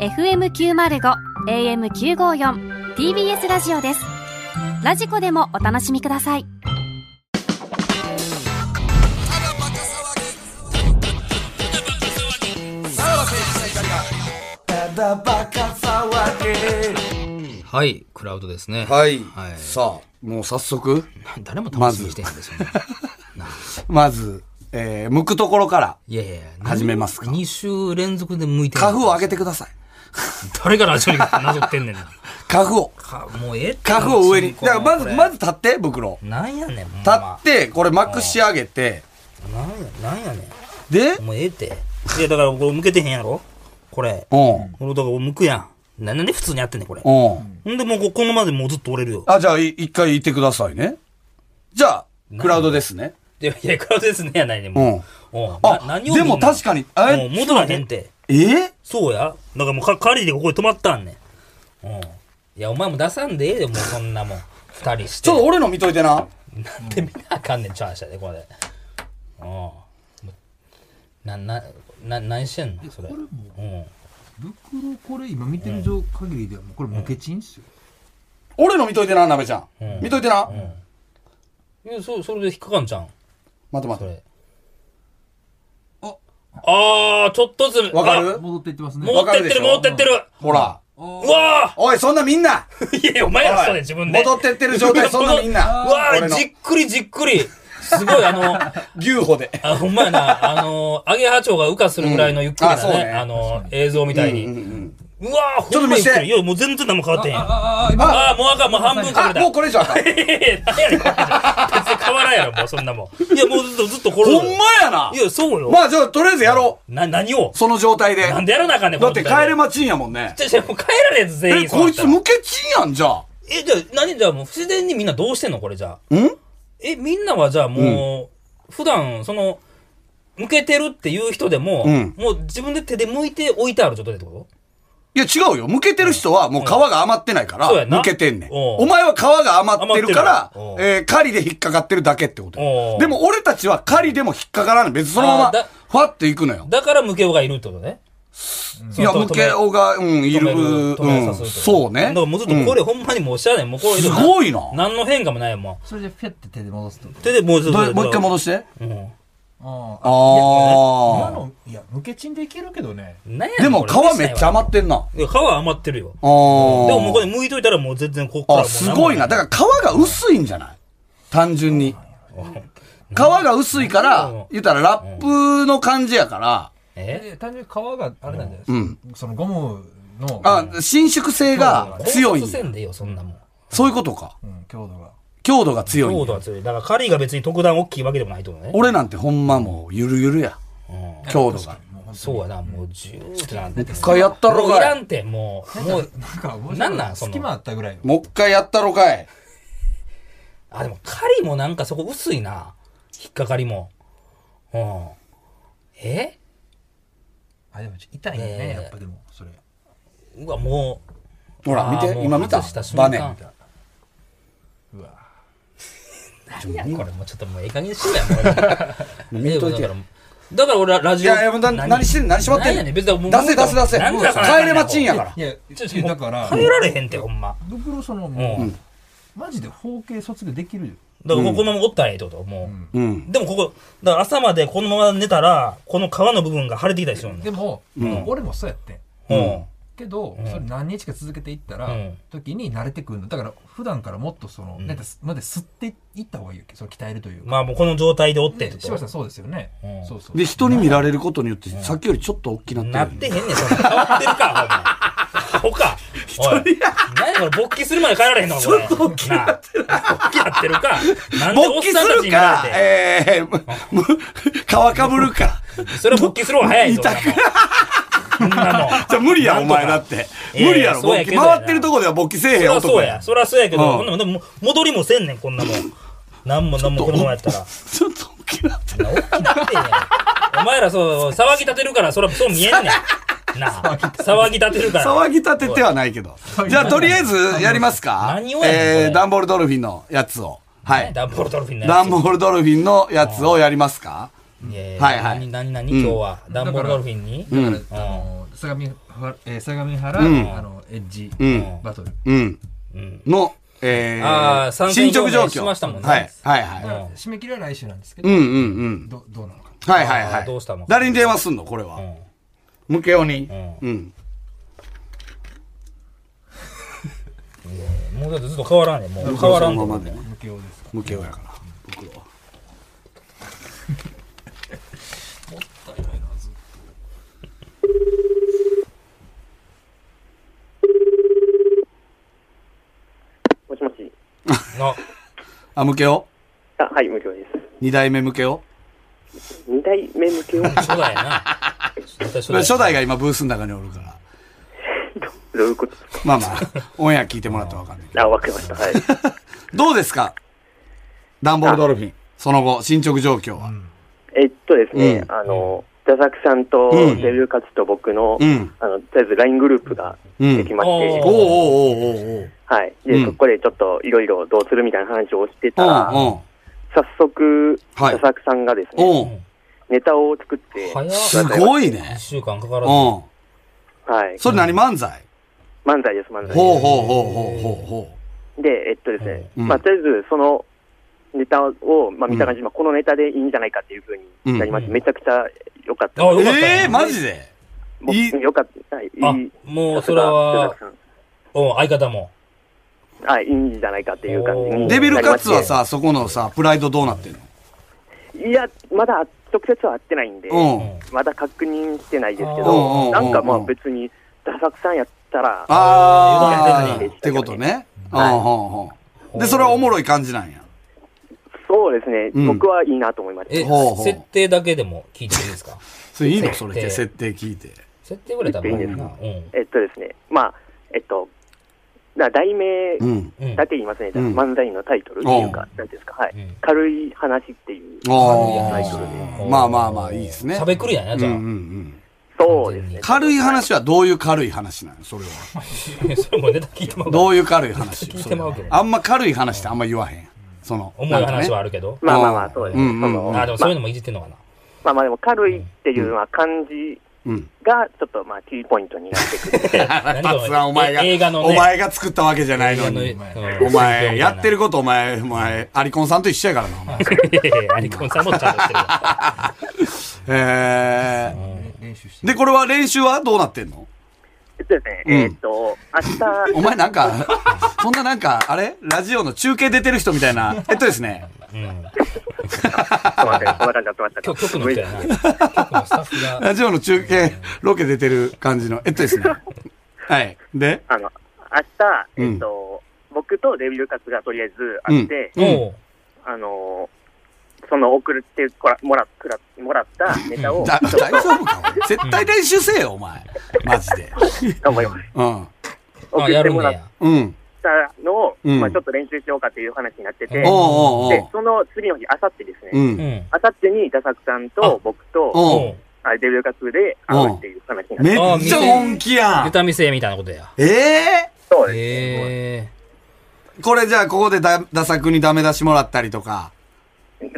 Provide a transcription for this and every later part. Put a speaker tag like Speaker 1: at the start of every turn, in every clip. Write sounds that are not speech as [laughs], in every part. Speaker 1: FM905 AM954 TBS ラジオですラジコでもお楽しみください
Speaker 2: はい、クラウドですね。
Speaker 3: はい、
Speaker 2: はい
Speaker 3: さあもう早速
Speaker 2: 誰も楽しみにしてないんですよね。
Speaker 3: まず、えー、剥くところから
Speaker 2: い
Speaker 3: [laughs]
Speaker 2: やいやいや、
Speaker 3: 始めますか
Speaker 2: 2週連続で向いて
Speaker 3: 花粉を上げ
Speaker 2: て。
Speaker 3: てください
Speaker 2: 誰がラジオになぞってんねんな。
Speaker 3: 花粉を
Speaker 2: かもうええって
Speaker 3: 花粉を上にだからまず
Speaker 2: これ
Speaker 3: まず立って袋
Speaker 2: なんやねん、ほんま
Speaker 3: 立ってこれまくし上げて
Speaker 2: なんや、なんやね
Speaker 3: で
Speaker 2: ん。もうええって。いや、だからこれ向けてへんやろこれ。
Speaker 3: うん
Speaker 2: これだから向くやん。ななんで普通にやってんねん、これ。ほ
Speaker 3: うん
Speaker 2: んでもうここのまでもうずっと折れるよ。
Speaker 3: あじゃあい一回言ってくださいねじゃあクラウドですね
Speaker 2: いや、いや、クラウドですね、やないねん。もう。うん
Speaker 3: あ
Speaker 2: な何を
Speaker 3: でも確かにあれ
Speaker 2: もう戻らへんって。
Speaker 3: えー、
Speaker 2: そうや。だからもうか、借りでここで止まったんねん。うん。いや、お前も出さんでええで、もうそんなもん。二人して。
Speaker 3: ちょっと俺の見といてな
Speaker 2: なんで見なあかんねん、チャンスやで、これ。うんもう。な、な、な、何してんのそれ。うん。
Speaker 4: 袋これ今見てる状限りではもうこれムケチンっすよ、
Speaker 3: 俺の見といてななべちゃん、見といてな、
Speaker 2: いや、そ、それで引っかかんじゃん。
Speaker 3: 待って待
Speaker 2: そ
Speaker 3: って
Speaker 2: れ。ああー、ちょっとずつ。
Speaker 3: わかる
Speaker 2: あ
Speaker 4: 戻っていってますね
Speaker 2: 持ってっ
Speaker 3: わかる
Speaker 2: て
Speaker 3: でし
Speaker 2: る、
Speaker 3: ょ
Speaker 2: 持ってってる。
Speaker 3: ほら
Speaker 2: うわ
Speaker 3: おいそんなみんな
Speaker 2: ーいやいや、お前らそ
Speaker 3: おい
Speaker 2: れ自分で。
Speaker 3: 戻ってってる状態そんなみんな
Speaker 2: うわ
Speaker 3: 俺
Speaker 2: ー
Speaker 3: の
Speaker 2: じっくりじっくり。すごい、あの、
Speaker 3: 牛歩で
Speaker 2: あ、ほんまやな。あの、アゲハチョウが羽化するぐらいのゆっくり
Speaker 3: うんあ
Speaker 2: な
Speaker 3: そうね
Speaker 2: ね、あの、映像みたいに。
Speaker 3: うんう
Speaker 2: うんわー
Speaker 3: ちょっ
Speaker 2: ほ
Speaker 3: と
Speaker 2: んま
Speaker 3: 見
Speaker 2: ゆっ
Speaker 3: せて
Speaker 2: くり。いや、もう全然何も変わってへんやん。あ
Speaker 4: あああ今
Speaker 2: あー、もうあかん、もう半分か
Speaker 3: あ
Speaker 2: けた。
Speaker 3: [laughs] もうこれ以上あかん
Speaker 2: いやいやいや何やねん、これじゃ。別に変わらんやろ、もうそんなもん。いや、もうずっとずっとこれ。
Speaker 3: ほんまやない
Speaker 2: や、そうよ。
Speaker 3: まあじゃあとりあえずやろ
Speaker 2: な、何を
Speaker 3: うその状態で
Speaker 2: なんでやらなあかんねん、
Speaker 3: だって帰れ
Speaker 2: ま。
Speaker 3: まちんやもんね
Speaker 2: じゃ、じゃ、もう帰られやつ全
Speaker 3: え
Speaker 2: 員そう
Speaker 3: こ
Speaker 2: ないった
Speaker 3: つ
Speaker 2: ら。
Speaker 3: 無ケチンやんじゃあ
Speaker 2: え、じゃあ、何じゃあもう不自然にみんなどうしてんのこれじゃあ。
Speaker 3: ん
Speaker 2: え、みんなはじゃあもう、普段、その、向けてるっていう人でも、
Speaker 3: うん
Speaker 2: もう自分で手で向いて置いてある状態ってこ
Speaker 3: いや違うよ。剥けてる人はもう皮が余ってないから、
Speaker 2: そうやな
Speaker 3: 剥けてんねん。
Speaker 2: おう
Speaker 3: お前は皮が余ってるから、
Speaker 2: 余ってる
Speaker 3: えー狩りで引っかかってるだけってこと
Speaker 2: お
Speaker 3: よ
Speaker 2: う
Speaker 3: でも俺たちは狩りでも引っかからない。別にそのまま
Speaker 2: あーだ、
Speaker 3: ふわっていくのよ
Speaker 2: と。だから向けおがいるってことね。
Speaker 3: いや、向けおが、うん、い
Speaker 2: い
Speaker 3: る、
Speaker 2: る。止め
Speaker 3: う
Speaker 2: さ
Speaker 3: ん、
Speaker 2: せるってこと
Speaker 3: そう
Speaker 2: だ
Speaker 3: ね
Speaker 2: から。もうずっとこれほんまにもう知らない。もうこれ。
Speaker 3: すごいな
Speaker 2: 何の変化もないよ、も
Speaker 4: それでフェって手で戻すと
Speaker 2: う。手でもうずっ
Speaker 3: どう
Speaker 2: と。
Speaker 3: もう一回戻して。
Speaker 2: うん。
Speaker 4: あ
Speaker 3: あ
Speaker 5: 今
Speaker 3: ー。
Speaker 5: の、いや、無ケチンでいけるけどね。
Speaker 2: 何やねん
Speaker 3: でも
Speaker 2: これ
Speaker 3: 皮めっちゃ余ってんな。あ
Speaker 2: いや皮余ってるよ。
Speaker 3: ー。
Speaker 2: でももうこれ剥いといたらもう全然こっからも
Speaker 3: あ、
Speaker 2: う
Speaker 3: すごいな。だから皮が薄いんじゃない単純に。皮が薄いから、言ったらラップの感じやから、
Speaker 2: え
Speaker 5: え、単純に皮があれなんじゃないですか。
Speaker 3: うん。
Speaker 5: そのゴムの、
Speaker 3: あ、伸縮性が強い
Speaker 2: 考
Speaker 3: ん
Speaker 2: 察せ
Speaker 3: や
Speaker 2: んでいいよ、そんなもん。
Speaker 3: そういうことか。
Speaker 5: うん、強度が。
Speaker 3: 強度が強いん
Speaker 2: 強
Speaker 3: や
Speaker 2: 度は強い。だから、狩りが別に特段大きいわけでもないってことね。
Speaker 3: 俺なんてほんまもうゆるゆるや。
Speaker 2: う
Speaker 3: 強度が。
Speaker 2: ん。そうやな、もうジューってなんて。
Speaker 3: 一回やったろ
Speaker 2: もうい
Speaker 3: からい。
Speaker 2: んて、もう、もう、
Speaker 5: なんか面白い、
Speaker 2: なんなんその
Speaker 5: 隙間あったぐらいよ。
Speaker 3: もう一回やったろかい。
Speaker 2: あ、でも狩りもなんかそこ薄いな。引っかかりも。うん。え
Speaker 5: あ、でも痛いよね、やっぱでも、それ。
Speaker 2: うわ、もう。
Speaker 3: ほら、見
Speaker 2: あー
Speaker 3: て
Speaker 2: も、う
Speaker 3: 今見た
Speaker 2: 外した。瞬間
Speaker 3: バネ。いう
Speaker 5: わ。
Speaker 2: いや、これもうちょっともうええ加減にしろや、
Speaker 3: [laughs]
Speaker 2: もう。見といてだから、だから俺はラジオ。
Speaker 3: や、いや、な何してんの何しまってん
Speaker 2: 何や
Speaker 3: の
Speaker 2: ね
Speaker 3: 出
Speaker 2: ん別にもう
Speaker 3: せ出せ出せ。
Speaker 2: なんでだから
Speaker 3: 帰れまちんやから
Speaker 5: い。や、
Speaker 2: ちょちょ
Speaker 5: だから、
Speaker 2: 耐えられへんって、ほんま。
Speaker 5: 袋その、もう、マジで包茎卒業できるよ。
Speaker 2: だからここのままおったらええってこと、もう。
Speaker 3: うん。
Speaker 2: でもここ、だから朝までこのまま寝たら、この皮の部分が腫れてきたりするのね。
Speaker 5: でも、俺もそうやってん。
Speaker 2: うん。
Speaker 5: けど、それ何日か続けていったら、
Speaker 2: うん
Speaker 5: 時に慣れてくるのだから普段からもっとその、なんかまで吸っていった方がいいよそれ鍛えるというか、
Speaker 2: まあもうこの状態でおってって
Speaker 5: ね
Speaker 2: こ
Speaker 5: 柴田さ
Speaker 2: と
Speaker 5: ん。そうですよね、
Speaker 2: うん
Speaker 5: そうそう
Speaker 3: で、人に見られることによって、さっきよりちょっと大きなってる
Speaker 2: な
Speaker 3: よ
Speaker 2: っ
Speaker 3: ね。
Speaker 2: てへんねん、そんな変わってるか、ほんま。ほか。おい。何やこれ、勃起するまで帰られへんのか、これ。勃起なってる。勃起なってるか。なんでお
Speaker 3: 勃
Speaker 2: っ
Speaker 3: 起
Speaker 2: さんた
Speaker 3: す
Speaker 2: ちに
Speaker 3: る
Speaker 2: 見ら
Speaker 3: か、
Speaker 2: れ
Speaker 3: えー、むむ皮かぶるか。
Speaker 2: て。それは勃起する方が早いぞ。
Speaker 3: [laughs] じ
Speaker 2: そんなもん。
Speaker 3: ゃあ無理やろ、お
Speaker 2: なんとか
Speaker 3: 前だって。
Speaker 2: いや
Speaker 3: 無理やろ、
Speaker 2: そう
Speaker 3: 勃
Speaker 2: やけ
Speaker 3: 起。
Speaker 2: どやな
Speaker 3: 回ってるとこでは勃起せえへん
Speaker 2: そらそ
Speaker 3: 男
Speaker 2: う [laughs] や。そらそうやけど、
Speaker 3: うん
Speaker 2: ほんなもんでも戻りもせんねん、こんなもん。なんもなんもこのままやっ
Speaker 3: [laughs]
Speaker 2: たら。
Speaker 3: ちょっと大きなってる。
Speaker 2: 大きなってんやんお前らそう、騒ぎ立てるから、そらそう見えん
Speaker 3: [laughs]
Speaker 2: ねん。なあ、騒ぎ立てるから。
Speaker 3: 騒ぎ立ててはないけど。じゃあ、とりあえずやりますか。
Speaker 2: [laughs] 何をやねんこれ
Speaker 3: えー、ダンボールドルフィンのやつを。は
Speaker 2: ね
Speaker 3: い。
Speaker 2: ダンボールドルフィンのやつ
Speaker 3: ダンボールドルフィンのやつをやりますか
Speaker 2: いやいや
Speaker 3: はいはい
Speaker 2: 何、何、何、今日は。ダンボールドルフィンに
Speaker 5: だから、あの相模原、えー相模原、
Speaker 3: うん
Speaker 5: あのエッジ、
Speaker 3: うん
Speaker 5: バトル。
Speaker 3: うん。
Speaker 2: うん。
Speaker 3: の、え
Speaker 2: あ
Speaker 3: ー、
Speaker 2: ー参
Speaker 3: 進
Speaker 2: 戦
Speaker 3: 捗状
Speaker 2: 表明
Speaker 3: 況。
Speaker 2: しましたもんね
Speaker 3: はい。はいは
Speaker 2: うん
Speaker 5: 締め切りは来週なんですけ
Speaker 3: い。
Speaker 5: ど、
Speaker 3: うんうんうん。
Speaker 5: どどうなのか。
Speaker 3: はいはいは
Speaker 2: あー
Speaker 3: い。
Speaker 2: どうしたの
Speaker 3: 誰に電話すんのこれ
Speaker 2: う
Speaker 3: は。
Speaker 2: ん
Speaker 3: ムケオに
Speaker 2: ん。
Speaker 3: うん。
Speaker 2: もうだってずっと変わらんねんもう変わら
Speaker 3: その
Speaker 2: んと
Speaker 3: ま
Speaker 2: 思う
Speaker 3: までね。
Speaker 5: 無形ですか。
Speaker 3: ムケオやから。僕は。
Speaker 6: もしもし。
Speaker 2: な
Speaker 3: あ、ムケオ
Speaker 6: あ、はい、無料で
Speaker 3: 二代目ムケオ
Speaker 6: す。二代目向
Speaker 3: [laughs]
Speaker 6: けを、
Speaker 2: 初代やな絶対初代
Speaker 3: 初代が今ブースの中におるから。
Speaker 6: どういうことです
Speaker 3: まあまあ、 [laughs] オンエア聞いてもらったらわかんない。
Speaker 6: かあ、わかりました。はい。
Speaker 3: どうですかダンボールドルフィン。その後、進捗状況は。
Speaker 6: えっとですね、
Speaker 3: うん
Speaker 6: あの、ザザクさんと
Speaker 3: うん
Speaker 6: デビューカツと僕の、
Speaker 3: うん
Speaker 6: あの、とりあえず LINE グループが
Speaker 3: うん
Speaker 6: できまし
Speaker 2: お
Speaker 6: て、
Speaker 3: おうお
Speaker 2: ー
Speaker 3: うおうおうおう。
Speaker 6: はい。で、
Speaker 3: うん
Speaker 6: そこでちょっといろいろどうするみたいな話をしてたら、
Speaker 3: おう
Speaker 6: 早速、
Speaker 3: はい
Speaker 6: ザザクさんがですね、
Speaker 3: おうおう
Speaker 6: ネタを作って、
Speaker 2: 早っ
Speaker 3: すごいね
Speaker 2: 1。週間かからず
Speaker 3: うん。
Speaker 6: はい。
Speaker 3: それ何漫才
Speaker 6: 漫才です、漫才。
Speaker 3: ほうほうほうほうほうほ
Speaker 6: で、えっとですね、
Speaker 3: うん
Speaker 6: まあ、とりあえずそのネタを、まあ、見た感じ、まあ、このネタでいいんじゃないかっていうふうになりまして、
Speaker 2: うん
Speaker 6: めちゃくちゃ良かった。
Speaker 2: あよ
Speaker 3: う。
Speaker 2: かったね
Speaker 3: ええー、マジで
Speaker 6: もう
Speaker 3: いい
Speaker 6: 良かった。はい、い
Speaker 2: あ
Speaker 6: い。
Speaker 2: もうそれは
Speaker 6: さすが
Speaker 2: うん相方も
Speaker 6: 佐々木さんはい、いいんじゃないかっていう感じに。
Speaker 3: デビルカツは、さ、そこのさ、プライドどうなってんの
Speaker 6: いや、まだ直接は会ってないんで、
Speaker 3: うん。
Speaker 6: まだ確認してないですけ
Speaker 3: うんうんうんうん
Speaker 6: ど、なんかまあ別に、ダサくさんやったら、
Speaker 3: あ
Speaker 2: 油断
Speaker 3: あ
Speaker 6: せず
Speaker 3: っ
Speaker 6: に
Speaker 3: てことね。うん
Speaker 6: はい
Speaker 3: うんうんで、それはおもろい感じなんや。
Speaker 6: そうですね、
Speaker 3: うん
Speaker 6: 僕はいいなと思いました。
Speaker 2: え
Speaker 3: ほうほう
Speaker 2: 設定だけでも聞いていいで
Speaker 3: [laughs]
Speaker 2: すか
Speaker 3: それいいの
Speaker 2: 設定
Speaker 3: それって設定聞いて。
Speaker 2: 設定ぐらい多分
Speaker 6: 言っていいん
Speaker 2: な
Speaker 6: で
Speaker 2: うん
Speaker 6: えっとですね、まあ、えっと、な題名
Speaker 3: うん。
Speaker 2: うん
Speaker 6: だけ言いますね、
Speaker 3: うん
Speaker 6: 漫才のタイトルっていうか、なんていうんですか、はい、
Speaker 2: うん
Speaker 6: 軽い話っていう、
Speaker 3: あ
Speaker 2: 軽い話
Speaker 3: あ。まあまあまあ、いいですね。
Speaker 2: しゃべくりやなじゃあ
Speaker 3: うんうんうん。
Speaker 6: そうですね、
Speaker 3: 軽い話はどういう軽い話なのそれは。
Speaker 2: [laughs] それもネタ聞いてもらう
Speaker 3: どういう軽い話
Speaker 2: 聞いてまうけ
Speaker 3: そ
Speaker 2: ど
Speaker 3: れはあんま軽い話ってあんま言わへん。その、
Speaker 2: 重い
Speaker 3: なん
Speaker 2: 話
Speaker 3: か
Speaker 2: はあ
Speaker 3: ね
Speaker 2: るけど
Speaker 6: まあまあまあ、そうですね、
Speaker 3: うんうんうん
Speaker 6: その
Speaker 2: あでもそういうのもいじってんのかな
Speaker 6: まあまあ、でも軽いっていうのは漢字
Speaker 3: うん。
Speaker 6: がちょっとまあ、キーポイントになってくる。
Speaker 2: 何が
Speaker 3: 腹立つなお前が、
Speaker 2: え映画のね
Speaker 3: お前が作ったわけじゃないのに。お前、やってることお前、お前、アリコンさんと一緒やからな、お前。
Speaker 2: いやいやいやアニコンさんもちゃんとしてるわ
Speaker 3: え
Speaker 5: ね練習し
Speaker 3: ー。
Speaker 5: て。
Speaker 3: で、これは練習はどうなってんの
Speaker 6: そうですね、
Speaker 3: うん
Speaker 6: えーっと、
Speaker 2: [laughs]
Speaker 6: 明
Speaker 3: お前なんか、そんななんか、あれラジオの中継出てる人みたいな。えっとですね。
Speaker 2: うん
Speaker 6: 日、すいません、こんな感じになってました
Speaker 2: 今
Speaker 6: か
Speaker 2: 日局の人やな
Speaker 3: [laughs]
Speaker 2: 局のスタッフが
Speaker 3: ラジオの中継、ロケ出てる感じの。えっとですね。はい。で、
Speaker 6: あの、明
Speaker 3: う
Speaker 6: 日、
Speaker 3: ん
Speaker 6: えーっと、僕とデビルカツがとりあえず
Speaker 3: う
Speaker 6: 会っ
Speaker 3: ん
Speaker 6: て、。
Speaker 2: おう
Speaker 6: あのーその送ってこらもらくらもらったネタを、
Speaker 3: だ [laughs] 大丈夫かお前絶対練習せえよ、お前。マジで。
Speaker 6: 頑張ります。
Speaker 3: うん。
Speaker 6: 送
Speaker 2: あ
Speaker 6: っ
Speaker 2: や
Speaker 6: て
Speaker 2: るん
Speaker 6: もら
Speaker 2: ね
Speaker 6: っ
Speaker 2: や
Speaker 3: うん。
Speaker 6: たのを、
Speaker 3: うん
Speaker 6: まあ、ちょっと練習しようかという話になってて、
Speaker 2: うん
Speaker 3: おう
Speaker 6: で
Speaker 3: おうおう。
Speaker 6: その次の日、あさってです
Speaker 3: う。
Speaker 6: ね、
Speaker 2: うんん
Speaker 6: あさってにダサクさんと僕と、
Speaker 3: お
Speaker 2: お
Speaker 3: う
Speaker 2: う
Speaker 6: あデビュー活で会うっていう話になって、
Speaker 3: めっちゃ本気や
Speaker 2: ネ
Speaker 3: ん。
Speaker 2: タ見せみたいなことや
Speaker 3: ええ
Speaker 6: そうです。
Speaker 2: え
Speaker 3: ー。これじゃあ、ここでだ、ダサにダメ出しもらったりとか、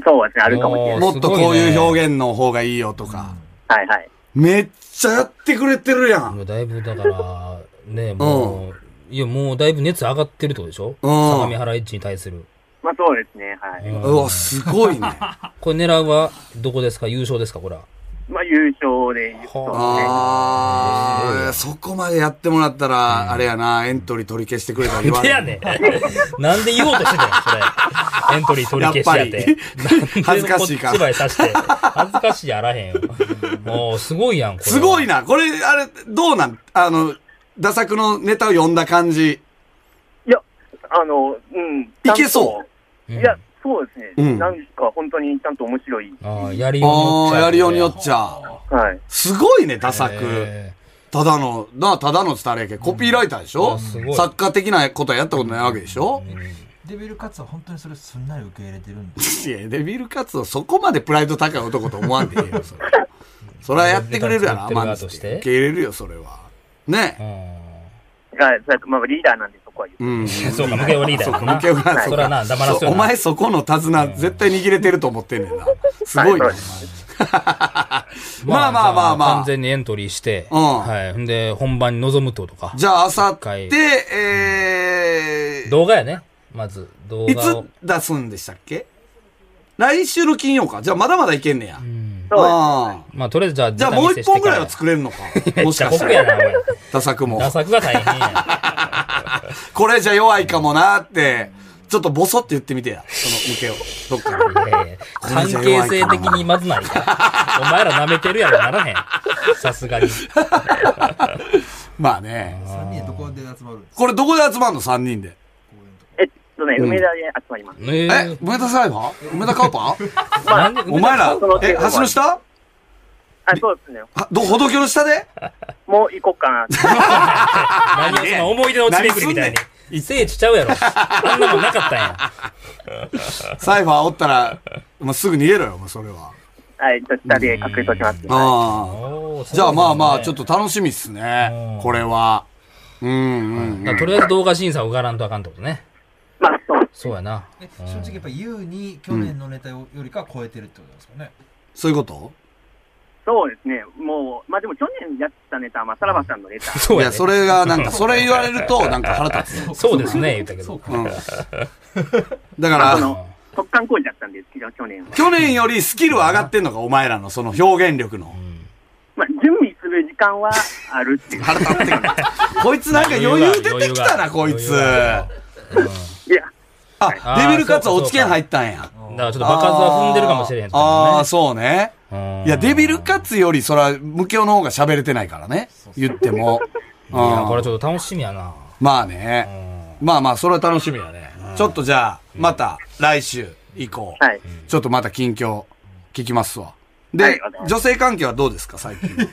Speaker 6: そうですね、あるかもしれない。
Speaker 3: もっとこういう表現の方がいいよとか。
Speaker 6: はいはい。
Speaker 3: めっちゃやってくれてるやん。
Speaker 2: だいぶ
Speaker 3: [laughs]
Speaker 2: だからねもういやもうだいぶ熱上がってるってことでしょ相模原エッジに対する
Speaker 6: まあそうですね、は
Speaker 2: う
Speaker 6: い。
Speaker 2: ん
Speaker 3: うわ、すごいね。あ
Speaker 2: これ狙うはどこですか優勝ですかこれは
Speaker 6: まあ優勝で、そうですね。
Speaker 3: あー、そこまでやってもらったら、あれやな、エントリー取り消してくれたら言わ
Speaker 2: で
Speaker 3: れ
Speaker 2: [laughs] や
Speaker 3: る。
Speaker 2: ねん [laughs] なんで言おうとしてたんやそれエントリー取り消しやって
Speaker 3: やっぱり恥ずかしいから
Speaker 2: なんでこっちばいさして恥ずかしいやあらへんよもうすごいやんこれ
Speaker 3: すごい
Speaker 2: な
Speaker 3: な。これ、あれ、どうなんあの、ダサ作のネタを読んだ感じ。
Speaker 6: いや、あの、うん。
Speaker 3: いけそう
Speaker 6: いや、そうですね。
Speaker 3: うん
Speaker 6: なんか本当にちゃんと面白い。
Speaker 2: ああやりように
Speaker 3: あ
Speaker 2: よっち
Speaker 3: ー、
Speaker 2: ゃ
Speaker 3: やりようによっちゃ。
Speaker 6: はい。
Speaker 3: すごいね、ダサく。
Speaker 2: え
Speaker 3: ただの、な、ただの伝わりやけど、コピーライターでし
Speaker 2: う
Speaker 3: ょ
Speaker 2: んすごい
Speaker 3: 作家的なことはやったことないわけでしょ
Speaker 5: デビルカツは本当にそれすんなり受け入れてるんで。
Speaker 3: いや、デビルカツをそこまでプライド高い男と思わんでいいよ、それ。それはやってくれ
Speaker 2: [laughs]
Speaker 3: るやろ、
Speaker 2: デビルカ
Speaker 3: 甘んじ
Speaker 2: ツを
Speaker 3: て。
Speaker 2: 作ってる側として
Speaker 3: 受け入れるよ、それは。ね
Speaker 2: う。ん
Speaker 6: はい、まあリーダーなんでそこは言う。
Speaker 3: うん。
Speaker 2: そうか、無形リーダーやな。
Speaker 3: 無形が
Speaker 2: そらな、黙らせ
Speaker 3: そう
Speaker 2: よ
Speaker 3: お
Speaker 2: な。
Speaker 3: 前そこの手綱絶対握れてると思ってんねんな。すごいな、お前
Speaker 6: はい。
Speaker 3: [laughs] まあまあまあまあ
Speaker 2: 完全にエントリーして、
Speaker 3: うん
Speaker 2: はい。んで、本番に臨むってことか。
Speaker 3: じゃあ、あさっ
Speaker 2: 回
Speaker 3: て、えー、
Speaker 2: 動画やね。まず、動
Speaker 3: い
Speaker 2: 画を。
Speaker 3: つ出すんでしたっけ来週の金曜か。じゃあ、まだまだいけんねや。
Speaker 6: そう
Speaker 3: ああ
Speaker 2: まあ、とりあえずじゃあ、
Speaker 3: じゃあ、もう一本ぐらいは
Speaker 2: く。
Speaker 3: 作れるのか。も
Speaker 2: も
Speaker 3: し
Speaker 2: し
Speaker 3: か
Speaker 2: か
Speaker 3: し
Speaker 2: したたら。
Speaker 3: ら。
Speaker 2: やな、おい
Speaker 3: 打作も
Speaker 2: 打。作が大変や。
Speaker 3: これじゃ弱いかもなって、ちょっとボソって言ってみてや。その向けを。どっか
Speaker 2: [laughs]
Speaker 3: で。
Speaker 2: いやいや関係性的にまずないか。お前ら舐めてるやろ、ならへん。さすがに。
Speaker 3: まあね。
Speaker 5: 3人でどこで集まるんです
Speaker 3: これどこで集まんの ?3 人で。
Speaker 6: えっとね、梅田で集まります。
Speaker 2: え
Speaker 3: え
Speaker 2: ー、
Speaker 3: 梅田サイファー梅田カーパー
Speaker 2: なんで
Speaker 3: [laughs] お前
Speaker 2: [laughs]
Speaker 3: ら
Speaker 6: その、程
Speaker 3: え、
Speaker 6: 度は
Speaker 3: 橋の下
Speaker 6: あ、そうですね。
Speaker 3: はど、歩道橋の下
Speaker 2: [laughs]
Speaker 3: で
Speaker 6: もう行こうかなって。
Speaker 2: 何をその思い出の地巡りみたい
Speaker 3: 何す
Speaker 2: に。聖地ちゃうやろ。あんなもんなかったんや。
Speaker 3: サイファーおったら、もうすぐ逃げろよ、もうそれ
Speaker 2: [laughs]
Speaker 3: は。
Speaker 6: はい、ちょっと下で隠れときます。
Speaker 3: ああ。
Speaker 2: おー
Speaker 3: じゃあまあまあ、ちょっ。
Speaker 2: そうですね
Speaker 3: と楽しみっすね。これは。うんうん
Speaker 2: だからとりあえず動画審査を受からんとあかんってことね。
Speaker 6: まあ、そう。
Speaker 2: そうやな。
Speaker 5: え正直やっぱ優に去年のネタよりかは超えてるってことですかね、
Speaker 3: そういうこと
Speaker 6: そうですね。もう、まあでも去年やったネタは、まあ、さらばさんのネタ。
Speaker 2: そう
Speaker 3: い
Speaker 2: や
Speaker 3: や、
Speaker 2: ね
Speaker 3: それが、なんか、それ言われると、なんか腹立つ。
Speaker 2: そうですね、言ったけ
Speaker 5: そう
Speaker 2: ど。
Speaker 5: か、
Speaker 2: [laughs]
Speaker 3: うん。だか
Speaker 6: あ
Speaker 3: ら、
Speaker 6: の、特貫工事だったんですけど、去年は。
Speaker 3: 去年よりスキルは上がってんのか、お前らのその表現力の。
Speaker 6: まあ、準備する時間はあるっていう。
Speaker 3: 腹立ってくる。こいつなんか余裕出てきたな、こいつ。
Speaker 2: 余裕
Speaker 3: あ
Speaker 2: が、
Speaker 6: いや、
Speaker 2: い
Speaker 3: デビルカツは
Speaker 2: あーそ
Speaker 3: お
Speaker 2: うか
Speaker 3: つけん入ったんや。
Speaker 2: だからちょっと爆発は踏んでるかもしれへんと
Speaker 3: あ
Speaker 2: か
Speaker 3: ーあー、そうね。
Speaker 2: ね。うん
Speaker 3: いや、デビルカツより、そら、ムケオの方が喋れてないからね。言っても。
Speaker 2: [laughs] いや、こ
Speaker 3: う
Speaker 2: れ
Speaker 3: ん
Speaker 2: ちょっと楽しみやな。
Speaker 3: まあ
Speaker 2: う
Speaker 3: ね。
Speaker 2: ん
Speaker 3: まあまあ、それは楽しみだね。ちょっとじゃあ、また、来週以降。
Speaker 6: はい。
Speaker 3: ちょっとまた近況聞きますわ。で、
Speaker 6: はいわかりました
Speaker 3: 女性関係はどうですか、
Speaker 2: [laughs]
Speaker 3: 最近は。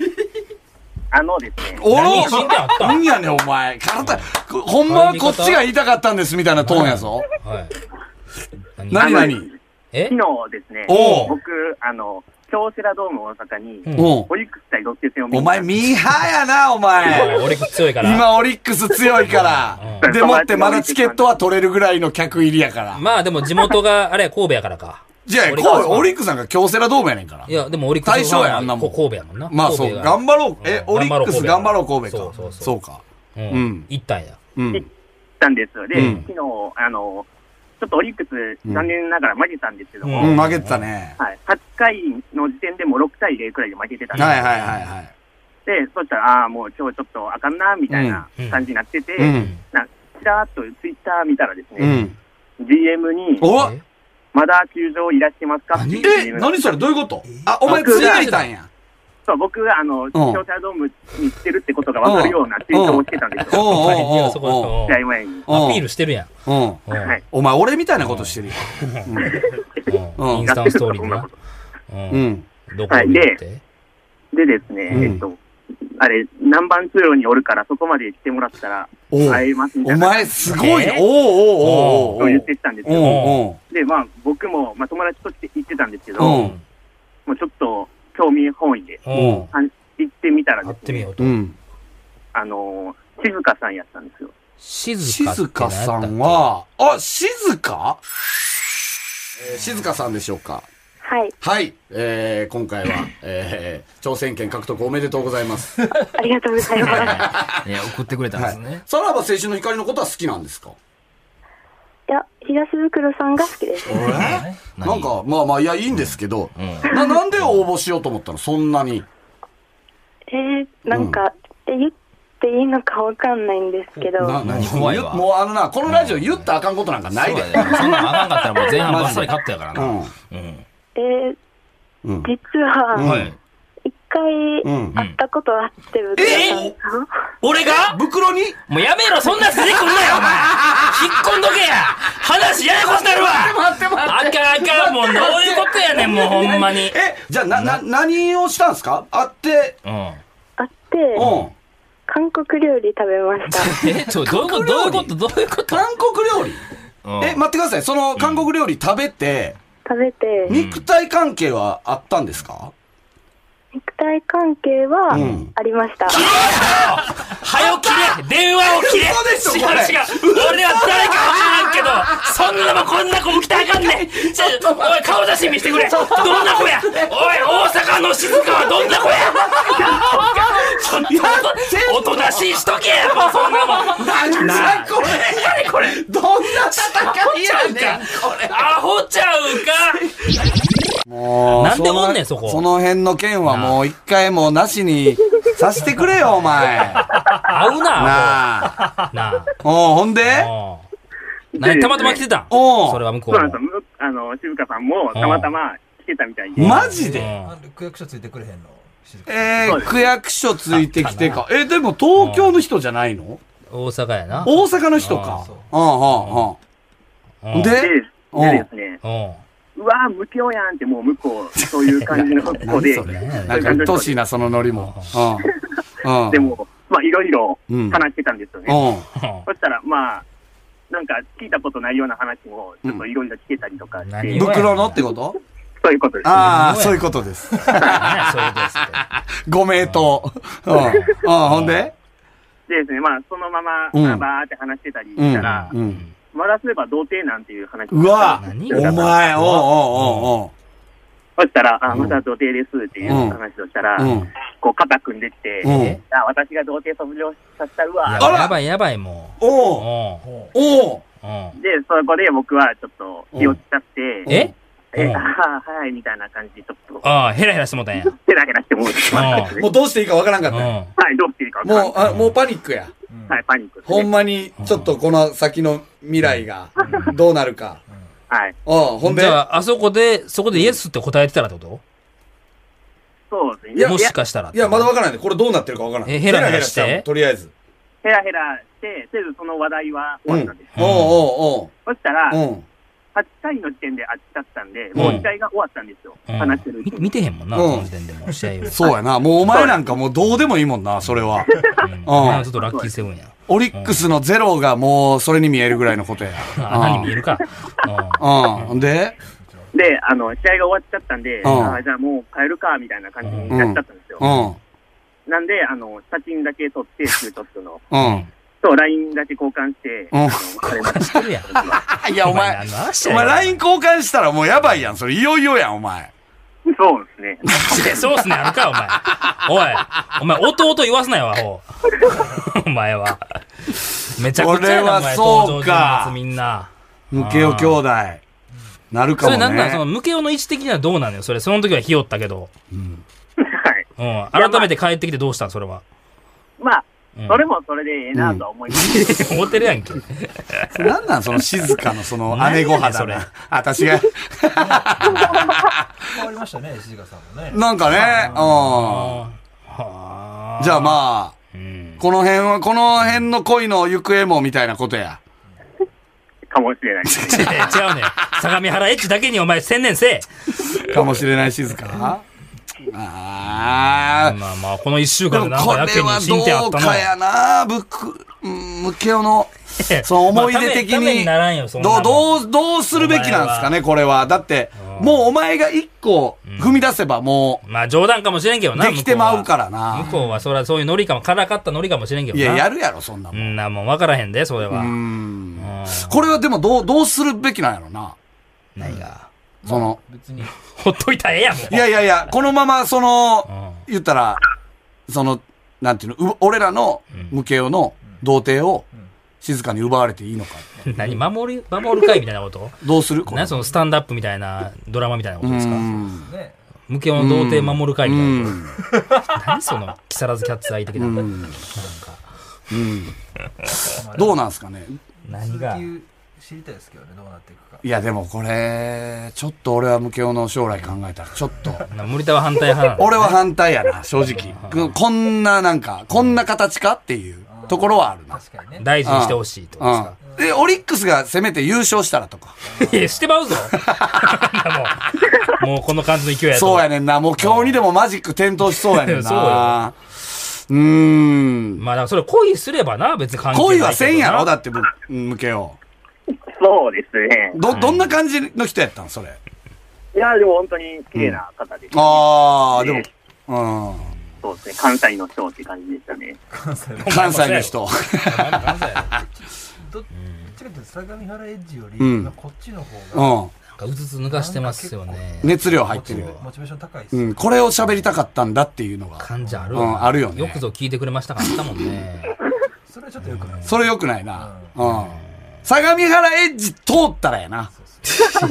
Speaker 6: あのですね、
Speaker 3: お
Speaker 2: 何進展あった
Speaker 3: なんやねん、お前。体、こほんまはこっちが言いたかったんです、みたいなトーンやぞ。
Speaker 2: はい。
Speaker 3: 何
Speaker 6: は
Speaker 3: 々
Speaker 6: い
Speaker 2: え
Speaker 6: 昨日ですね、
Speaker 3: おう
Speaker 6: 僕、あの、京セラドーム大阪に、
Speaker 2: ん
Speaker 3: おう
Speaker 6: オリックス対ロッテ戦を見
Speaker 3: お
Speaker 6: に
Speaker 3: 前、ミーハーやな、お前。
Speaker 2: 俺強いから。
Speaker 3: 今、オリックス強いから。
Speaker 6: ん
Speaker 3: でもって、まだチケットは取れるぐらいの客入りやから。
Speaker 2: まあでも地元が、あれや神戸やからか。
Speaker 3: じゃあ、
Speaker 2: オリックス
Speaker 3: こうオリックスなんか京セラドームやねんから
Speaker 2: い。や、でもオリックス
Speaker 3: 対象やあんなもん
Speaker 2: こ神戸やもんな。
Speaker 3: まあそう、頑張ろう。え、オリックス頑張ろう、神戸
Speaker 2: そう
Speaker 3: か
Speaker 2: そう。そう
Speaker 3: そうか。う
Speaker 2: 張うんん。行ったんや。
Speaker 3: うん。
Speaker 6: 行ったんですよ。で、
Speaker 3: うん
Speaker 6: 昨日、あの、ちょっとオリックス、残念ながら負けたんですけども、
Speaker 3: うん、負けてたね。
Speaker 6: はい、8回の時点でもう6対0くらいで負けてたんで、
Speaker 3: はいはいはいはい。
Speaker 6: でそしたら、ああ、もう今日ちょっとあかんな、みたいな
Speaker 2: うん
Speaker 6: 感じになってて、
Speaker 3: うん。
Speaker 6: なちらっとツイッター見たらです
Speaker 3: う
Speaker 6: ね、
Speaker 3: ん。
Speaker 6: GM に、
Speaker 3: お
Speaker 2: え
Speaker 6: まだ球場いらっしゃいますかっていう
Speaker 3: え、
Speaker 6: DM
Speaker 3: 何それどういうことあ、お前ついていたんや。
Speaker 6: そう僕が、あの、京セラドームに行ってるってことが分かるようなツイートをしてたんですよ。
Speaker 3: おう
Speaker 2: いやそこ
Speaker 3: おう
Speaker 2: そこ
Speaker 6: 試合前に。
Speaker 3: おう
Speaker 2: アピールしてるやん。
Speaker 3: おううん。
Speaker 2: うん
Speaker 6: はい。
Speaker 3: お前、俺みたいなことしてるよ。
Speaker 2: うんインスタンストーリーでな。
Speaker 3: う
Speaker 2: うん
Speaker 3: ん。
Speaker 2: どこに行って。
Speaker 6: でですね、
Speaker 3: ん
Speaker 6: えっと、あれ、南蛮通路におるから、そこまで来てもらったら、
Speaker 3: おう
Speaker 6: 会えますみた
Speaker 3: お
Speaker 6: いな、
Speaker 3: 前、すごいよ。
Speaker 2: え
Speaker 3: おうおうおうお
Speaker 6: と
Speaker 3: う
Speaker 6: 言ってきたんです
Speaker 3: おう
Speaker 6: よ。
Speaker 3: おう
Speaker 6: で、まあ、僕も、まあ、友達として行ってたんですけど、
Speaker 3: う
Speaker 6: も
Speaker 3: ん
Speaker 6: うちょっと、興味本位で、
Speaker 2: う
Speaker 3: うん
Speaker 2: ん。
Speaker 6: あん行ってみたら
Speaker 2: 会っ
Speaker 6: で
Speaker 2: て
Speaker 6: す
Speaker 2: み
Speaker 6: ね
Speaker 2: よ、うと
Speaker 3: う。ん。
Speaker 6: あのー、静香さんやったんですよ。
Speaker 2: 静かって
Speaker 3: 静
Speaker 2: 何
Speaker 3: 香
Speaker 2: やったっけ
Speaker 3: さん。は、あ、静香えー静香さんでしょうか。
Speaker 7: はい、
Speaker 3: はい。えー今回は、えー挑戦権獲得おめでとうございます。
Speaker 7: ありがとうございます。
Speaker 3: [laughs]
Speaker 5: いや送ってくれたん
Speaker 3: はい。さらば青春の光のことは好きなんですか
Speaker 7: いや、東袋さんが好きです。
Speaker 3: なんか、まあまあ、いや、いいんですけど、な、なんで応募しようと思ったのそんなに。
Speaker 7: えー、なんか、え言っていいのかわかんないんですけど、
Speaker 3: な、なに
Speaker 8: 怖いわ
Speaker 3: もうあのな、このラジオ言ったらあかんことなんかないで。
Speaker 8: そうだよそんなんあかんかったらもう前半ばっさり勝ったやから
Speaker 3: う
Speaker 8: な。う
Speaker 3: ん。
Speaker 8: ん。
Speaker 7: えー
Speaker 3: うん
Speaker 7: 実は、
Speaker 8: はい。
Speaker 7: 一回
Speaker 3: うん
Speaker 7: 会ったことあって、うちさんと。
Speaker 8: 俺が
Speaker 3: 袋に
Speaker 8: もうやめろそんな筋こんなよお前引っ込んどけや話ややこしなるわ
Speaker 3: 待って待
Speaker 8: あかんあかんもうどういうことやねんもうほんまに。
Speaker 3: え、じゃあ、な、な、何をしたんですかあって、
Speaker 8: うん。
Speaker 7: 会って、
Speaker 3: うん。
Speaker 7: 韓国料理食べま
Speaker 3: [laughs]
Speaker 7: した。
Speaker 8: え、ちょ、どういうことどういうことどういうこと
Speaker 3: 韓国料理
Speaker 8: うん
Speaker 3: え、待ってください。その韓国料理食べて、
Speaker 7: 食べて、
Speaker 3: 肉体関係はあったんですか
Speaker 7: 肉体関係は
Speaker 3: うん
Speaker 7: ありました。
Speaker 8: 早起きれ電話を切れ
Speaker 3: 嘘でしょ
Speaker 8: 違
Speaker 3: これ
Speaker 8: う違う俺は誰かわからんけど、そんなもんこんな子起きたらあかんねんちょおい、顔写真見してくれどんな子やおい、大阪の静かはどんな子やちょっと、おとなしいしとけやもうそんなもん
Speaker 3: 何だこれ
Speaker 8: 何これ
Speaker 3: どんな戦いやねんこれ
Speaker 8: アホちゃうか
Speaker 3: もう
Speaker 2: なんでおんねんそこ
Speaker 3: その辺の件はもう一回もうなしにさしてくれよ、お前。な
Speaker 2: 合うな、
Speaker 3: あ。
Speaker 2: もうなあ。
Speaker 3: おうほんで
Speaker 2: うん何たまたま来てたん
Speaker 3: おう
Speaker 2: それは向こ
Speaker 6: そううな
Speaker 2: も
Speaker 6: んですよ。あの、静香さんもたまたま来てたみたいで。
Speaker 3: マジ
Speaker 2: う
Speaker 3: で
Speaker 2: ん
Speaker 5: なんで区役所ついてくれへんの静か
Speaker 3: え
Speaker 6: そう
Speaker 3: ー、
Speaker 6: です
Speaker 3: 区役所ついてきてか。え、でも東京の人じゃないの
Speaker 2: 大阪やな。
Speaker 3: 大阪の人か
Speaker 5: そう。
Speaker 3: うんうんうん。で
Speaker 6: で、
Speaker 3: う
Speaker 6: でで
Speaker 3: ん
Speaker 6: すね、
Speaker 2: うん。
Speaker 6: うわー、無教やんって、もう向こう、そういう感
Speaker 3: [laughs]
Speaker 6: じの子で、
Speaker 3: 何それ
Speaker 6: そ
Speaker 3: な
Speaker 6: うんい
Speaker 3: か、
Speaker 6: う感
Speaker 3: う
Speaker 6: じ
Speaker 3: っ
Speaker 6: の
Speaker 3: と
Speaker 6: 子
Speaker 3: うしいな、そのノリ
Speaker 6: [laughs]
Speaker 3: も。うん。うん。
Speaker 6: で、も、まあ、いろいろ
Speaker 3: うん
Speaker 6: 話してたんですよ
Speaker 3: う
Speaker 6: ね。
Speaker 3: ん。
Speaker 6: そしたら、まあ、なんか聞いたことないような話も、ちょっといろいろ聞けたりとかして、
Speaker 2: 何を
Speaker 3: 袋のってこと
Speaker 6: そういうことです。
Speaker 3: ああ、そういうことです。
Speaker 2: 何やそれですって。
Speaker 3: ご名答。うん。うん、ほんで
Speaker 6: でですね、まあ、そのまま、
Speaker 3: うん
Speaker 6: バーって話してたりし
Speaker 3: うん
Speaker 6: たら、。
Speaker 3: うん
Speaker 6: まだすれば童貞なんていう話
Speaker 3: うわ
Speaker 2: 何が
Speaker 3: お前、おうおうおう
Speaker 6: そしたら、あ、また童貞ですっていう話をしたら、
Speaker 3: うんうん
Speaker 6: こう、肩組んできて、
Speaker 3: おう。うん。
Speaker 6: あ、私が童貞卒業させたるわ。
Speaker 2: や
Speaker 3: あら
Speaker 2: やばいやばいもう。
Speaker 3: おう
Speaker 2: う。
Speaker 3: おうん
Speaker 2: うん。
Speaker 6: で、そこで僕はちょっと気をつかって、
Speaker 2: え
Speaker 6: え、
Speaker 2: うん
Speaker 6: ああ、はい、みたいな感じで、ちょっと、
Speaker 2: ああ、ヘラヘラしてもうたんや。うん。
Speaker 6: ヘラヘラしてもらってしまったんですね
Speaker 3: もうどうしていいかわからんかったよ。
Speaker 2: う
Speaker 6: はい、どうしていいか分からん
Speaker 3: もう、あもうパニックや。
Speaker 6: はい、パニックです
Speaker 3: ほ
Speaker 6: ね、
Speaker 3: んまに、ちょっとこの先の未来が、どうなるか。
Speaker 6: はい、
Speaker 3: うん、ほん
Speaker 2: ん。
Speaker 3: で
Speaker 2: じ、ゃあ、あそこで、そこでイエスって答えてたらってこ
Speaker 6: そうですね。
Speaker 2: ともしかしたら。
Speaker 3: いや、まだわからないんで、これどうなってるかわからん。
Speaker 2: えヘラヘラして
Speaker 3: ヘラヘラしたとりあえず。
Speaker 6: ヘラヘラして、せずその話題は終
Speaker 3: う
Speaker 6: わ
Speaker 3: ん。おう
Speaker 6: ったんです。
Speaker 3: おう
Speaker 6: そしたら、
Speaker 3: おう。う
Speaker 6: 8
Speaker 3: ん。
Speaker 6: 回の時点であっちだったんで、もう試合が終わったんですよ。
Speaker 2: うん
Speaker 6: 話してるうち
Speaker 2: み
Speaker 6: に。
Speaker 2: 見てへんもんな、
Speaker 3: うん
Speaker 2: この時点でもう試合を。
Speaker 3: そうやな。もうお前なんかもうどうでもいいもんな、それは。
Speaker 2: うん。お前はちょっとラッキーセブンや。
Speaker 3: オリックスのゼロがもうそれに見えるぐらいのことや。
Speaker 2: あ、何見えるか。うん
Speaker 3: うん。で、
Speaker 6: で、あの、試合が終わっちゃったんで、
Speaker 3: ん
Speaker 6: ああじゃあもう帰るか、みたいな感じになっちゃったんですよ。
Speaker 3: うん。
Speaker 6: なんで、あの、写真だけ撮って、ツーショットの、 [laughs]
Speaker 3: うん。
Speaker 6: と LINE だけ交換して、
Speaker 3: うん
Speaker 6: あの別れまし。
Speaker 2: してるやん。
Speaker 3: いや、お前、
Speaker 2: 何の話
Speaker 3: お
Speaker 2: や
Speaker 3: 前 LINE 交換したらもうやばいやん。それいよいよやん、お前。
Speaker 6: そうですね。
Speaker 2: [laughs] でそうっすね、あるか、お前。おい、お前、弟言わすなよ、アホ。 [laughs] お前は。めちゃくちゃやな、お前、
Speaker 3: これはそ
Speaker 2: 登
Speaker 3: う
Speaker 2: 場
Speaker 3: か
Speaker 2: 人物みんな。
Speaker 3: ムケオ兄弟。なるか
Speaker 2: そ
Speaker 3: も
Speaker 2: れ
Speaker 3: ね。
Speaker 2: なんなん、その、ムケオの位置的にはどうなのよ、それ。その時はひよったけど。
Speaker 6: はい。
Speaker 2: うん。改めて帰ってきてどうしたん、それは。 [laughs]
Speaker 6: まあ、
Speaker 2: うん
Speaker 6: それもそれでええなとは思いま
Speaker 2: [laughs]
Speaker 6: す。
Speaker 2: 思ってるやんけ。
Speaker 3: なんなんその静かのその姉御肌
Speaker 2: [laughs] 何やねん
Speaker 3: な。私が、
Speaker 5: 変わりましたね、静香さんもね。
Speaker 3: なんか
Speaker 2: [laughs]
Speaker 3: ね、うん。
Speaker 2: はあ。 [laughs]
Speaker 3: じゃあまあ、
Speaker 2: うん。
Speaker 3: この辺は、この辺の恋の行方もみたいなことや。
Speaker 6: かもしれないですね。
Speaker 2: 違うねん。相模原エッジだけにお前専念せえ。
Speaker 3: かもしれない静か。ああ。
Speaker 2: まあまあ、この一週
Speaker 3: で
Speaker 2: 間
Speaker 3: も
Speaker 2: でなん
Speaker 3: こ
Speaker 2: か
Speaker 3: れ
Speaker 2: やけに
Speaker 3: は
Speaker 2: 進展あ
Speaker 3: ど
Speaker 2: っ
Speaker 3: う
Speaker 2: た
Speaker 3: か
Speaker 2: な。
Speaker 3: やな、ぶく、うんムケオの、
Speaker 2: [laughs]
Speaker 3: その思い出的
Speaker 2: まあためため
Speaker 3: に
Speaker 2: にならんよそん
Speaker 3: ど
Speaker 2: なの
Speaker 3: う、どう、どうするべきなんですかね、これは。だって、もうお前が一個踏み出せばも
Speaker 2: まあ冗談かもしれんけど
Speaker 3: う、
Speaker 2: な。。
Speaker 3: できてまうかららな
Speaker 2: 向。こうはそりゃそういうノリかも、からかったノリかもしれんけど
Speaker 3: い
Speaker 2: な。
Speaker 3: や、やるやろ、そんなも。
Speaker 2: うんんなもん分からへんで、それは。
Speaker 3: うん。
Speaker 2: うん
Speaker 3: これはでも、どう、どうするべきなんやろな。
Speaker 2: 何が。
Speaker 3: その、
Speaker 5: 別に。
Speaker 2: ほっといたらええやん、もう。
Speaker 3: いやいやいや、このまま、その、
Speaker 2: う
Speaker 3: 言ったら、その、なんていうの、う俺らの、無形の童貞を、静かに奪われていいのか。
Speaker 2: ん。何、守る、守る会みたいなこと
Speaker 3: どうするこれ
Speaker 2: 何そのスタンドアップみたいなドラマみたいなことですか
Speaker 3: うん
Speaker 5: ね。
Speaker 2: 無形の童貞守る会
Speaker 3: う
Speaker 2: みたいなこと。
Speaker 3: ん。
Speaker 2: 何その、木更津キャッツアイ的な。
Speaker 3: うん。どうなんすかね。
Speaker 2: 何
Speaker 5: 続
Speaker 2: が。
Speaker 5: き知りたいですけどね、どうなっていくか。
Speaker 3: いや、でもこれ、ちょっと俺は無形の将来考えたら、ちょっと。
Speaker 2: な森田は反対派なの。
Speaker 3: 俺は反対やな、正直。ここんななんか、こんな形かっていうところはあるな。
Speaker 5: 確かにね。
Speaker 2: 大事にしてほしいってことですか。
Speaker 3: うん。で、オリックスがせめて優勝したらとか。
Speaker 2: いや、してまうぞ。 [laughs] もう、もうこの感じの勢いやと。
Speaker 3: そうやねんな。もう今日にでもマジック点灯しそうやねん
Speaker 2: [laughs] そうよ
Speaker 3: な。うーん。
Speaker 2: まあ、だからそれ恋すればな、別に関係ないけどな。
Speaker 3: 恋はせんやろだって、む向けよ
Speaker 6: そうですね
Speaker 3: う。。ど、どんな感じの人やったんそれ。
Speaker 6: いや、でも本当に綺麗な方です、
Speaker 3: ああ、で
Speaker 6: ね
Speaker 3: も、うん。
Speaker 6: そうですね、関西の人って感じでしたね。
Speaker 5: 関西の
Speaker 3: 関西の人。
Speaker 5: どっちかっていうと相模原エッジより、
Speaker 3: うん
Speaker 5: こっちの方
Speaker 3: う
Speaker 5: が
Speaker 3: ん。
Speaker 2: なんかうつつ抜かしてますよね。
Speaker 3: 熱量入ってるよ。
Speaker 5: モチベーション高いです、
Speaker 3: うん。これを喋りたかったんだっていうのが。
Speaker 2: 感じある
Speaker 3: う
Speaker 2: わ
Speaker 3: んあるよね
Speaker 2: よくぞ聞いてくれましたからあったもんね。
Speaker 3: [laughs]
Speaker 5: それはちょっとよくないです、
Speaker 3: それ良くないな。うん。相模原エッジ通ったらやな。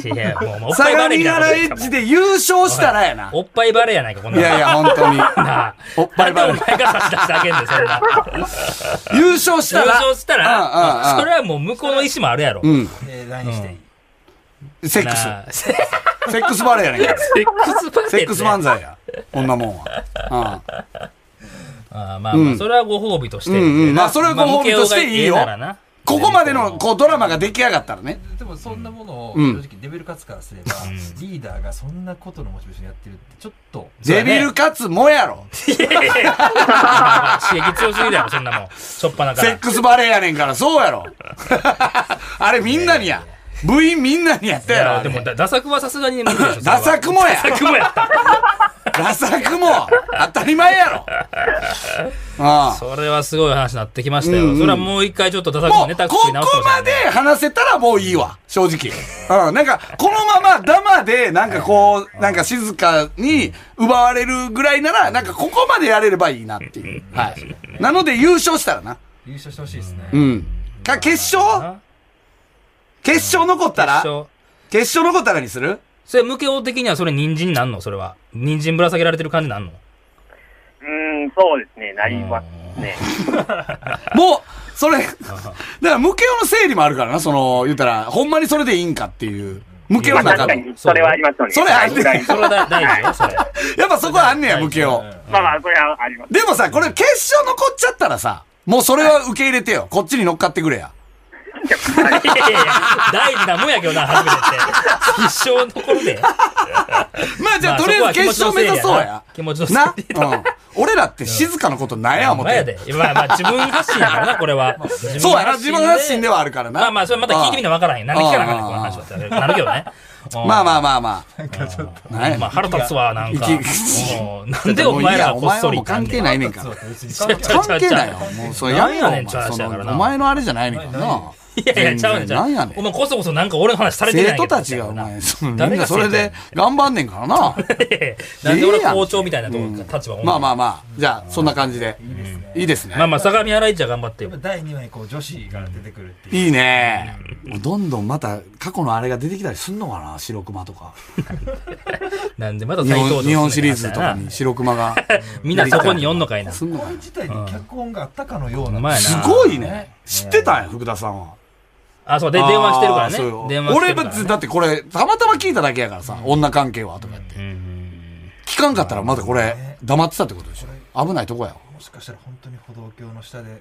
Speaker 2: いやいや、もう、もうおっぱい
Speaker 3: 相
Speaker 2: バ
Speaker 3: 模
Speaker 2: レーやな
Speaker 3: 原エッジで優勝したらやな。
Speaker 2: おっぱいバレーやないか、こん
Speaker 3: い
Speaker 2: なん。
Speaker 3: やいや、本当に。
Speaker 2: [laughs] なあ。
Speaker 3: おっぱいバレ
Speaker 2: なん
Speaker 3: ー
Speaker 2: でお前が差し出してあげんねん、そ
Speaker 3: [laughs]
Speaker 2: んな。
Speaker 3: 優勝し
Speaker 2: 優
Speaker 3: たら。
Speaker 2: 勝したら、
Speaker 3: うん
Speaker 2: そ
Speaker 3: うん
Speaker 2: れはもう向こうの意思もあるやろ。
Speaker 3: うん。
Speaker 5: えー、LINE していい、
Speaker 3: うん。セックス。
Speaker 2: なあセッ
Speaker 3: セックスバレーやねんから。
Speaker 2: クスバレーって
Speaker 3: セックス漫才や。こんなもんは。うん。
Speaker 2: ああまあまあ、それはご褒美として。
Speaker 3: うんうんまあそれはご褒美としていいよ
Speaker 2: まあ向けうがええならな
Speaker 3: ここまでの、こう、ドラマが出来上がったらね。
Speaker 5: でもそんなものを
Speaker 3: う
Speaker 5: 正
Speaker 3: ん
Speaker 5: 直レベル活からすれば、リーダーがそんなことのモチベーションやってるってちょっと
Speaker 2: そう
Speaker 3: デ
Speaker 2: やね
Speaker 3: ビルかつもやろ。
Speaker 2: まあ [laughs] 刺激強すぎだよ、そんなもん。しょっぱなか
Speaker 3: セッ
Speaker 2: ら。
Speaker 3: クスバレーやねんから、そうやろ。 [laughs] あれみんなにや。部員みんなにやった
Speaker 2: い
Speaker 3: やろ
Speaker 2: や
Speaker 3: あ
Speaker 2: でも、
Speaker 3: れ。
Speaker 2: だ打作はさすがに無理でしょ。それ
Speaker 3: ダ
Speaker 2: は
Speaker 3: サくもや。
Speaker 2: ダサくもやった。
Speaker 3: ダサくも、当たり前やろ。ああ。
Speaker 2: それはすごい話になってきました
Speaker 3: うんうん
Speaker 2: よ。それはもう一回ちょっとダサく
Speaker 3: も
Speaker 2: の
Speaker 3: う、
Speaker 2: ネタ
Speaker 3: こ
Speaker 2: 作
Speaker 3: こ
Speaker 2: り直してほし
Speaker 3: ま
Speaker 2: い
Speaker 3: で
Speaker 2: ね。
Speaker 3: 話せたらもういいわ、正直。うん、なんか、このままダマで、なんかこう、なんか静かに奪われるぐらいなら、なんかここまでやれればいいなっていう。はい。なので優勝したらな。
Speaker 5: 優勝してほしいですね、
Speaker 3: うん。か、決勝決勝残ったら
Speaker 2: 決勝
Speaker 3: 決勝残ったらにする
Speaker 2: それ、無形的にはそれ人参なんのそれは。人参ぶら下げられてる感じなんの
Speaker 6: うーん、そうですね、なりますね。
Speaker 3: もう、それ、だから、無形の整理もあるからな、その、言ったら、ほんまにそれでいいんかっていう。無形
Speaker 6: ま
Speaker 3: の
Speaker 6: あ
Speaker 3: 中
Speaker 6: 確か
Speaker 3: の。
Speaker 6: に、それはありますよね。
Speaker 3: それあるね
Speaker 6: はい
Speaker 2: それはだ大事
Speaker 3: [laughs]
Speaker 2: よ、それ。
Speaker 3: やっぱそこはあんねや、無形。
Speaker 6: まあまあ、それはあります。
Speaker 3: でもさ、これ決勝残っちゃったらさ、もうそれは受け入れてよ。こっちに乗っかってくれや。 [laughs]
Speaker 2: いやいやいや大事なもんやけどな、初めてって。一生残るで。
Speaker 3: まあじゃあ、
Speaker 2: まあ
Speaker 3: とりあえず決勝
Speaker 2: そこは
Speaker 3: 目指そうや。
Speaker 2: 気持ちの整理やな
Speaker 3: な。うん。俺らって静かなことないや思っ
Speaker 2: まあやで
Speaker 3: て。。
Speaker 2: まあまあ、自分発信やからな、これは。
Speaker 3: [laughs] そうやな、自分発信ではあるからな。
Speaker 2: まあまあ、それまた聞いてみな分からへん。なんで聞かなあかん
Speaker 3: あ
Speaker 2: ねん、
Speaker 3: ー
Speaker 2: この話はってなるけどね。
Speaker 3: うんまあま
Speaker 2: あ。
Speaker 3: あまあまあ。なんや
Speaker 2: まあ、腹立つわ、なんか。
Speaker 3: 息
Speaker 2: もうなんでお前ら
Speaker 3: もういいやお
Speaker 2: こっ
Speaker 3: 前
Speaker 2: そ
Speaker 3: は
Speaker 2: り
Speaker 3: も
Speaker 2: 行
Speaker 3: う
Speaker 2: か
Speaker 3: 関
Speaker 2: んね
Speaker 3: 係
Speaker 2: ん
Speaker 3: ないねんから。
Speaker 5: 別に
Speaker 2: ちゃうちゃうちゃ
Speaker 3: 関
Speaker 2: うち
Speaker 3: 係
Speaker 2: ゃう
Speaker 3: ないよ。もうそれやめろ、お
Speaker 2: なんや
Speaker 3: 前。
Speaker 2: ねんちゃう
Speaker 3: そ
Speaker 2: ちゃうから
Speaker 3: の
Speaker 2: な
Speaker 3: お前のあれじゃないねんからな。
Speaker 2: いやいや、ちゃうねんちゃう。
Speaker 3: なんやねん
Speaker 2: お前こそこそなんか俺の話されてな
Speaker 3: 生
Speaker 2: い
Speaker 3: 徒たちが、お前、そのみん
Speaker 2: 誰
Speaker 3: な
Speaker 2: が
Speaker 3: それで頑張んねんからな。 [laughs]
Speaker 2: なんで俺校長みたいなとこ立場
Speaker 3: まあま
Speaker 2: あ。
Speaker 3: あまあ。じゃあ、そんな感じで。いいですね
Speaker 2: まあ。まあ、相模原市は頑張ってよ
Speaker 5: やっ。ぱ第2話にこう女子が出てくるっていう
Speaker 3: いいね。どんどんまた過去のあれが出てきたりすんのかな白熊とか。
Speaker 2: なんでまだ
Speaker 3: 日
Speaker 2: 再登
Speaker 3: 本
Speaker 2: 場
Speaker 3: 日本シリーズとか
Speaker 2: すんねん
Speaker 3: に白熊が。
Speaker 2: な [laughs] みんなそこに呼んのかいな。
Speaker 3: すんのかな
Speaker 5: 自体に脚本があったかのような、
Speaker 2: 前な。
Speaker 3: すごいね。知ってたんや、福田さんは。
Speaker 2: あ、そう、で、電話してるから
Speaker 3: あーそうよ
Speaker 2: ね。電話して
Speaker 3: 俺
Speaker 2: るから、ね。
Speaker 3: 別にだってこれ、たまたま聞いただけやからさ、女関係はとか言って。聞かんかったらまだこれ、黙ってたってことでしょ。危ないとこやわ。
Speaker 5: もしかしたら本当に歩道橋の下で、
Speaker 3: うん。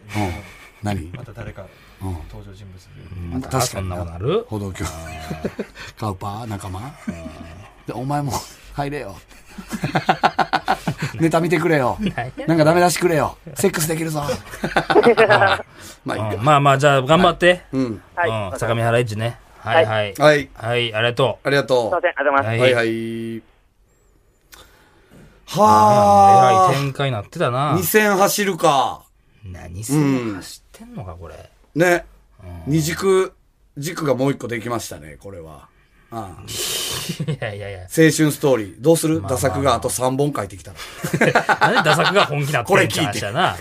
Speaker 3: 何
Speaker 5: また誰か登場人物で、
Speaker 2: また
Speaker 3: 確
Speaker 2: そ
Speaker 3: かに
Speaker 2: ん
Speaker 3: な
Speaker 2: なことある
Speaker 3: 歩道橋。 [laughs] カウパー仲間で、お前も入れよ。 [laughs] ネタ見てくれよ。なんかダメ出しくれよ。セックスでき [laughs] るぞ。まあいい
Speaker 2: う
Speaker 3: か。
Speaker 2: んまあまあ、じゃあ頑張って。
Speaker 3: うん。
Speaker 6: はい。
Speaker 2: うん
Speaker 6: すい
Speaker 2: 相模原市ね。はいはい。
Speaker 3: はい。
Speaker 2: はい、ありがと
Speaker 3: ありがと
Speaker 6: ません、ありがとうございます
Speaker 2: う。。は
Speaker 3: う。
Speaker 2: い。
Speaker 3: はい
Speaker 2: は。
Speaker 3: はいい。
Speaker 2: 偉い
Speaker 3: は
Speaker 2: 展開になってた
Speaker 3: あ。
Speaker 2: な。
Speaker 3: 2000走るか。
Speaker 2: 何すんの走ってんのか、これ。 [laughs]
Speaker 3: ね。二軸、軸がもう一個できましたね、これは。うん
Speaker 2: いやいやいや。
Speaker 3: 青春ストーリー。どうする打作があと3本書いてきたら。
Speaker 2: なんでダサくが本気だってんって話だな。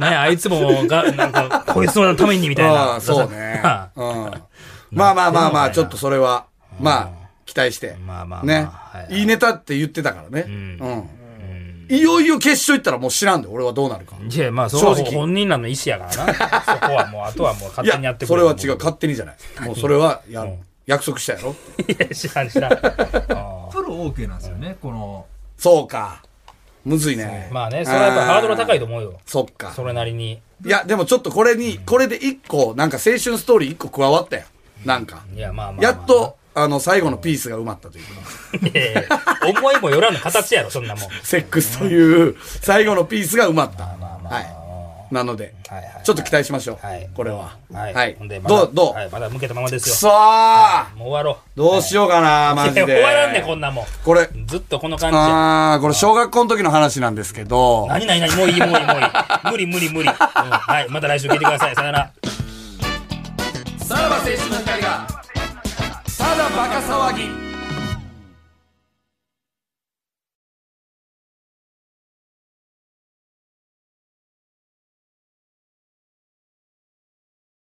Speaker 2: なん [laughs] や、あいつもが、なんか、こいつのためにみたい
Speaker 3: ああ
Speaker 2: な。
Speaker 3: そう
Speaker 2: [laughs]
Speaker 3: ね。
Speaker 2: ダサく
Speaker 3: うん。まあまあまあまあ、ちょっとそれは、まあ、期待して。
Speaker 2: まあまあまあ
Speaker 3: ね
Speaker 2: は。いはい
Speaker 3: いいネタって言ってたからね。うん。いよいよ決勝行ったらもう知らんで、俺はどうなるか。
Speaker 2: いや、まあ、そこはもう
Speaker 3: 正直
Speaker 2: 本人らの意思や
Speaker 3: [laughs]
Speaker 2: からな。そこはもう、あとはも
Speaker 3: い
Speaker 2: う勝手にや
Speaker 3: や
Speaker 2: っ、てく
Speaker 3: そ
Speaker 2: れ
Speaker 3: れは違う。
Speaker 2: う。
Speaker 3: 勝手にじゃない。もうそれは、やる、約束したやろ。
Speaker 2: いや、知らん知らん。あ
Speaker 5: プロ OK なんですよね、この
Speaker 3: そうか。むずいね
Speaker 2: あ。まあね、それはやっぱハードル高いと
Speaker 3: 思
Speaker 2: 思うよ。
Speaker 3: そっか。
Speaker 2: それなりに。
Speaker 3: いや、でもちょっとこれに、これで一個、なんか青春ストーリー一個加わったよ。なんか。
Speaker 2: いや、まあまあまあ。
Speaker 3: やっと、あの、最後のピースが埋まったというか。
Speaker 2: いやいや。思い
Speaker 3: [laughs]
Speaker 2: もよらぬ形やろ、そんなもん。
Speaker 3: セックスという最後のピースが埋まった。はい。なので、
Speaker 2: はいはい
Speaker 3: ちょっと期待しましょう。
Speaker 2: はい
Speaker 3: これは。
Speaker 2: はい。
Speaker 3: はい
Speaker 2: ほんで。まだ
Speaker 3: どう、どう、
Speaker 2: はいまだ向けたままで
Speaker 3: く
Speaker 2: すよ。
Speaker 3: そー
Speaker 2: もう終わ
Speaker 3: どうしようかな、
Speaker 2: ろ
Speaker 3: マ
Speaker 2: う。
Speaker 3: ジ
Speaker 2: いや
Speaker 3: で。
Speaker 2: [laughs] 終わらんねん、こんなもん。
Speaker 3: これ、
Speaker 2: ずっとこの感じや。
Speaker 3: あー、これ小学校の時の話なんですけど、
Speaker 2: 何何何もういいもういいもういい。無理無理無理。うんはい。また来週聞いてください。さよなら。
Speaker 3: さらば青春の光が、ただバカ騒ぎ。